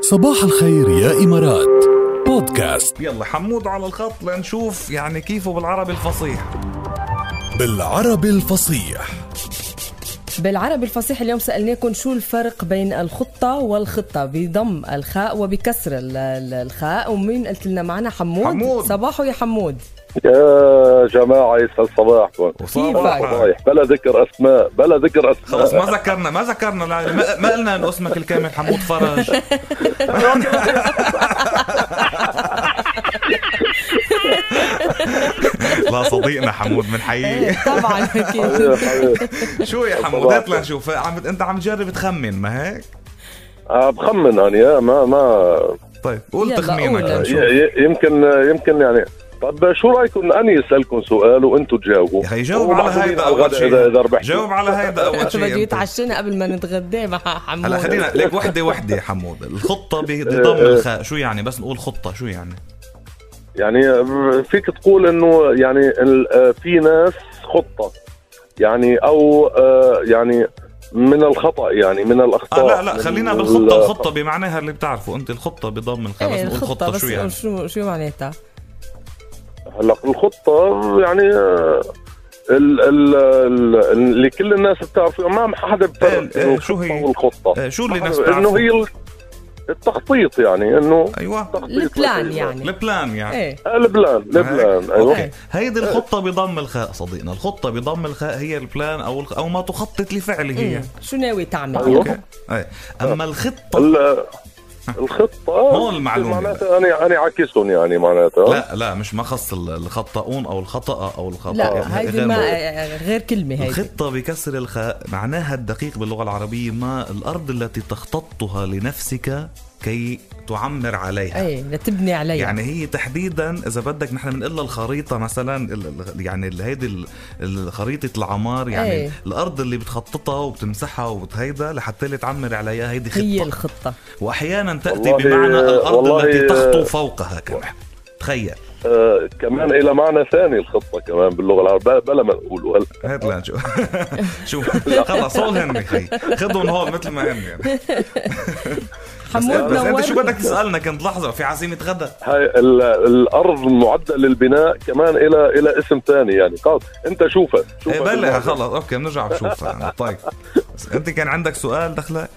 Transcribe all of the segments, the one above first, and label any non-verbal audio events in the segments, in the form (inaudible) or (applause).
صباح الخير يا إمارات بودكاست يلا حمود على الخط لنشوف يعني كيفه بالعربي الفصيح بالعربي الفصيح بالعربي الفصيح اليوم سألناكم شو الفرق بين الخطة والخطة بضم الخاء وبكسر ال- ال- الخاء ومين قلت لنا معنا حمود حمود. صباحو يا حمود يا جماعة يسعد صباحكم وصار كيفك؟ صحيح بلا ذكر أسماء بلا ذكر خلص (laughs) أسماء ما ذكرنا ما ذكرنا لا- ما, ما قلنا انه اسمك الكامل حمود (laughs) فرج (laughs) لا صديقنا حمود من حقيقي (laughs) إيه، طبعا أكيد. حبيبي، حبيبي. شو يا حمود هات لنشوف عم انت عم تجرب تخمن ما هيك عم أه، بخمن أنا يا ما ما طيب قول يلا، تخمينك قول. لنشوف ي- ي- يمكن يمكن يعني طب شو رأيكم أني أسألكم سؤال وأنتم تجاوبوا يا اخي جاوب وبعدين على هيدا على اول الغداء إذا إذا شيء ربحت جاوب على هيدا (laughs) اول بده شيء أنت. يتعشنا قبل ما نتغدى مع حمود هلا خلينا ليك وحده وحده يا حمود الخطه إيه. بضم الخاء شو يعني بس نقول خطه شو يعني يعني فيك تقول إنه يعني ال- في ناس خطة يعني أو آه، يعني من الخطأ يعني من آه الأخطاء لا لا من خلينا ال- بالخطه الخطه بمعناها اللي بتعرفه انت الخطه بضم الخاء بس ايه نقول الخطة خطه بس شو يعني شو شو معناتها؟ هلا الخطة يعني آه، ال ال ال اللي كل الناس بتعرفه ما حدا إيه، بفرق إيه، بين شو الخطة هي؟ والخطة آه، شو اللي الناس انه هي بتعرفه ال- التخطيط يعني انه ايوه تخطيط البلان لشيء. يعني البلان يعني ايه آه، البلان البلان هيك. ايوه اوكي هيدي الخطه بضم الخاء صديقنا الخطه بضم الخاء هي البلان او الخ... او ما تخطط لفعله هي مم. إيه. شو ناوي تعمل؟ أيوه. يعني؟ إيه. اما الخطه ال- الخطة هون المعلومة. معناتها انا انا عكسهم يعني معناتها لا لا مش ما خص ال- الخطاؤون او الخطأ او الخطأ لا هيدي غير ما موجود. غير كلمة هيدي الخطة بكسر الخاء معناها الدقيق باللغة العربية ما الأرض التي تختطها لنفسك كي تعمر عليها ايه لتبني عليها يعني هي تحديدا اذا بدك نحن بنقلها الخريطه مثلا ال- ال- يعني ال- هيدي ال- ال- خريطه العمار يعني إيه. الارض اللي بتخططها وبتمسحها وبتهيدا لحتى اللي تعمر عليها هيدي خطه هي الخطة واحيانا تاتي والله- بمعنى الارض والله- التي تخطو فوقها كمان تخيل آه كمان إلى معنى ثاني الخطة كمان باللغة العربية بلا ما نقوله هلا هات (laughs) لنشوف شوف خلص هول هن خي خذهم هول مثل ما هن يعني. بس, حمود بس انت شو نورنا. بدك تسالنا كنت لحظه في عزيمه غدا هاي ال- الارض المعده للبناء كمان الى الى اسم ثاني يعني خلص انت شوفها ايه شوفها بلا بالمعنى. خلص اوكي بنرجع بنشوفها يعني طيب بس انت كان عندك سؤال دخلك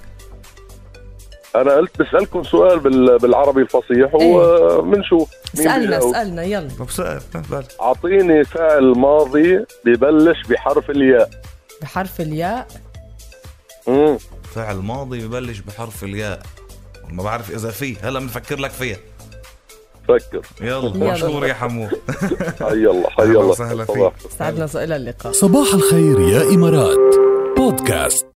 انا قلت بسالكم سؤال بال- بالعربي الفصيح إيه. وبنشوف مين اسألنا بيجاوب. اسألنا يلا طب سؤال بلا اعطيني فعل ماضي ببلش بحرف الياء بحرف الياء مم. فعل ماضي ببلش بحرف الياء ما بعرف اذا فيه هلا بنفكر لك فيها فكر يلا يلا. مشهور يا حمود حي الله حي أهلا الله وسهلا فيك. صباح استعدنا إلى اللقاء صباح الخير يا إمارات بودكاست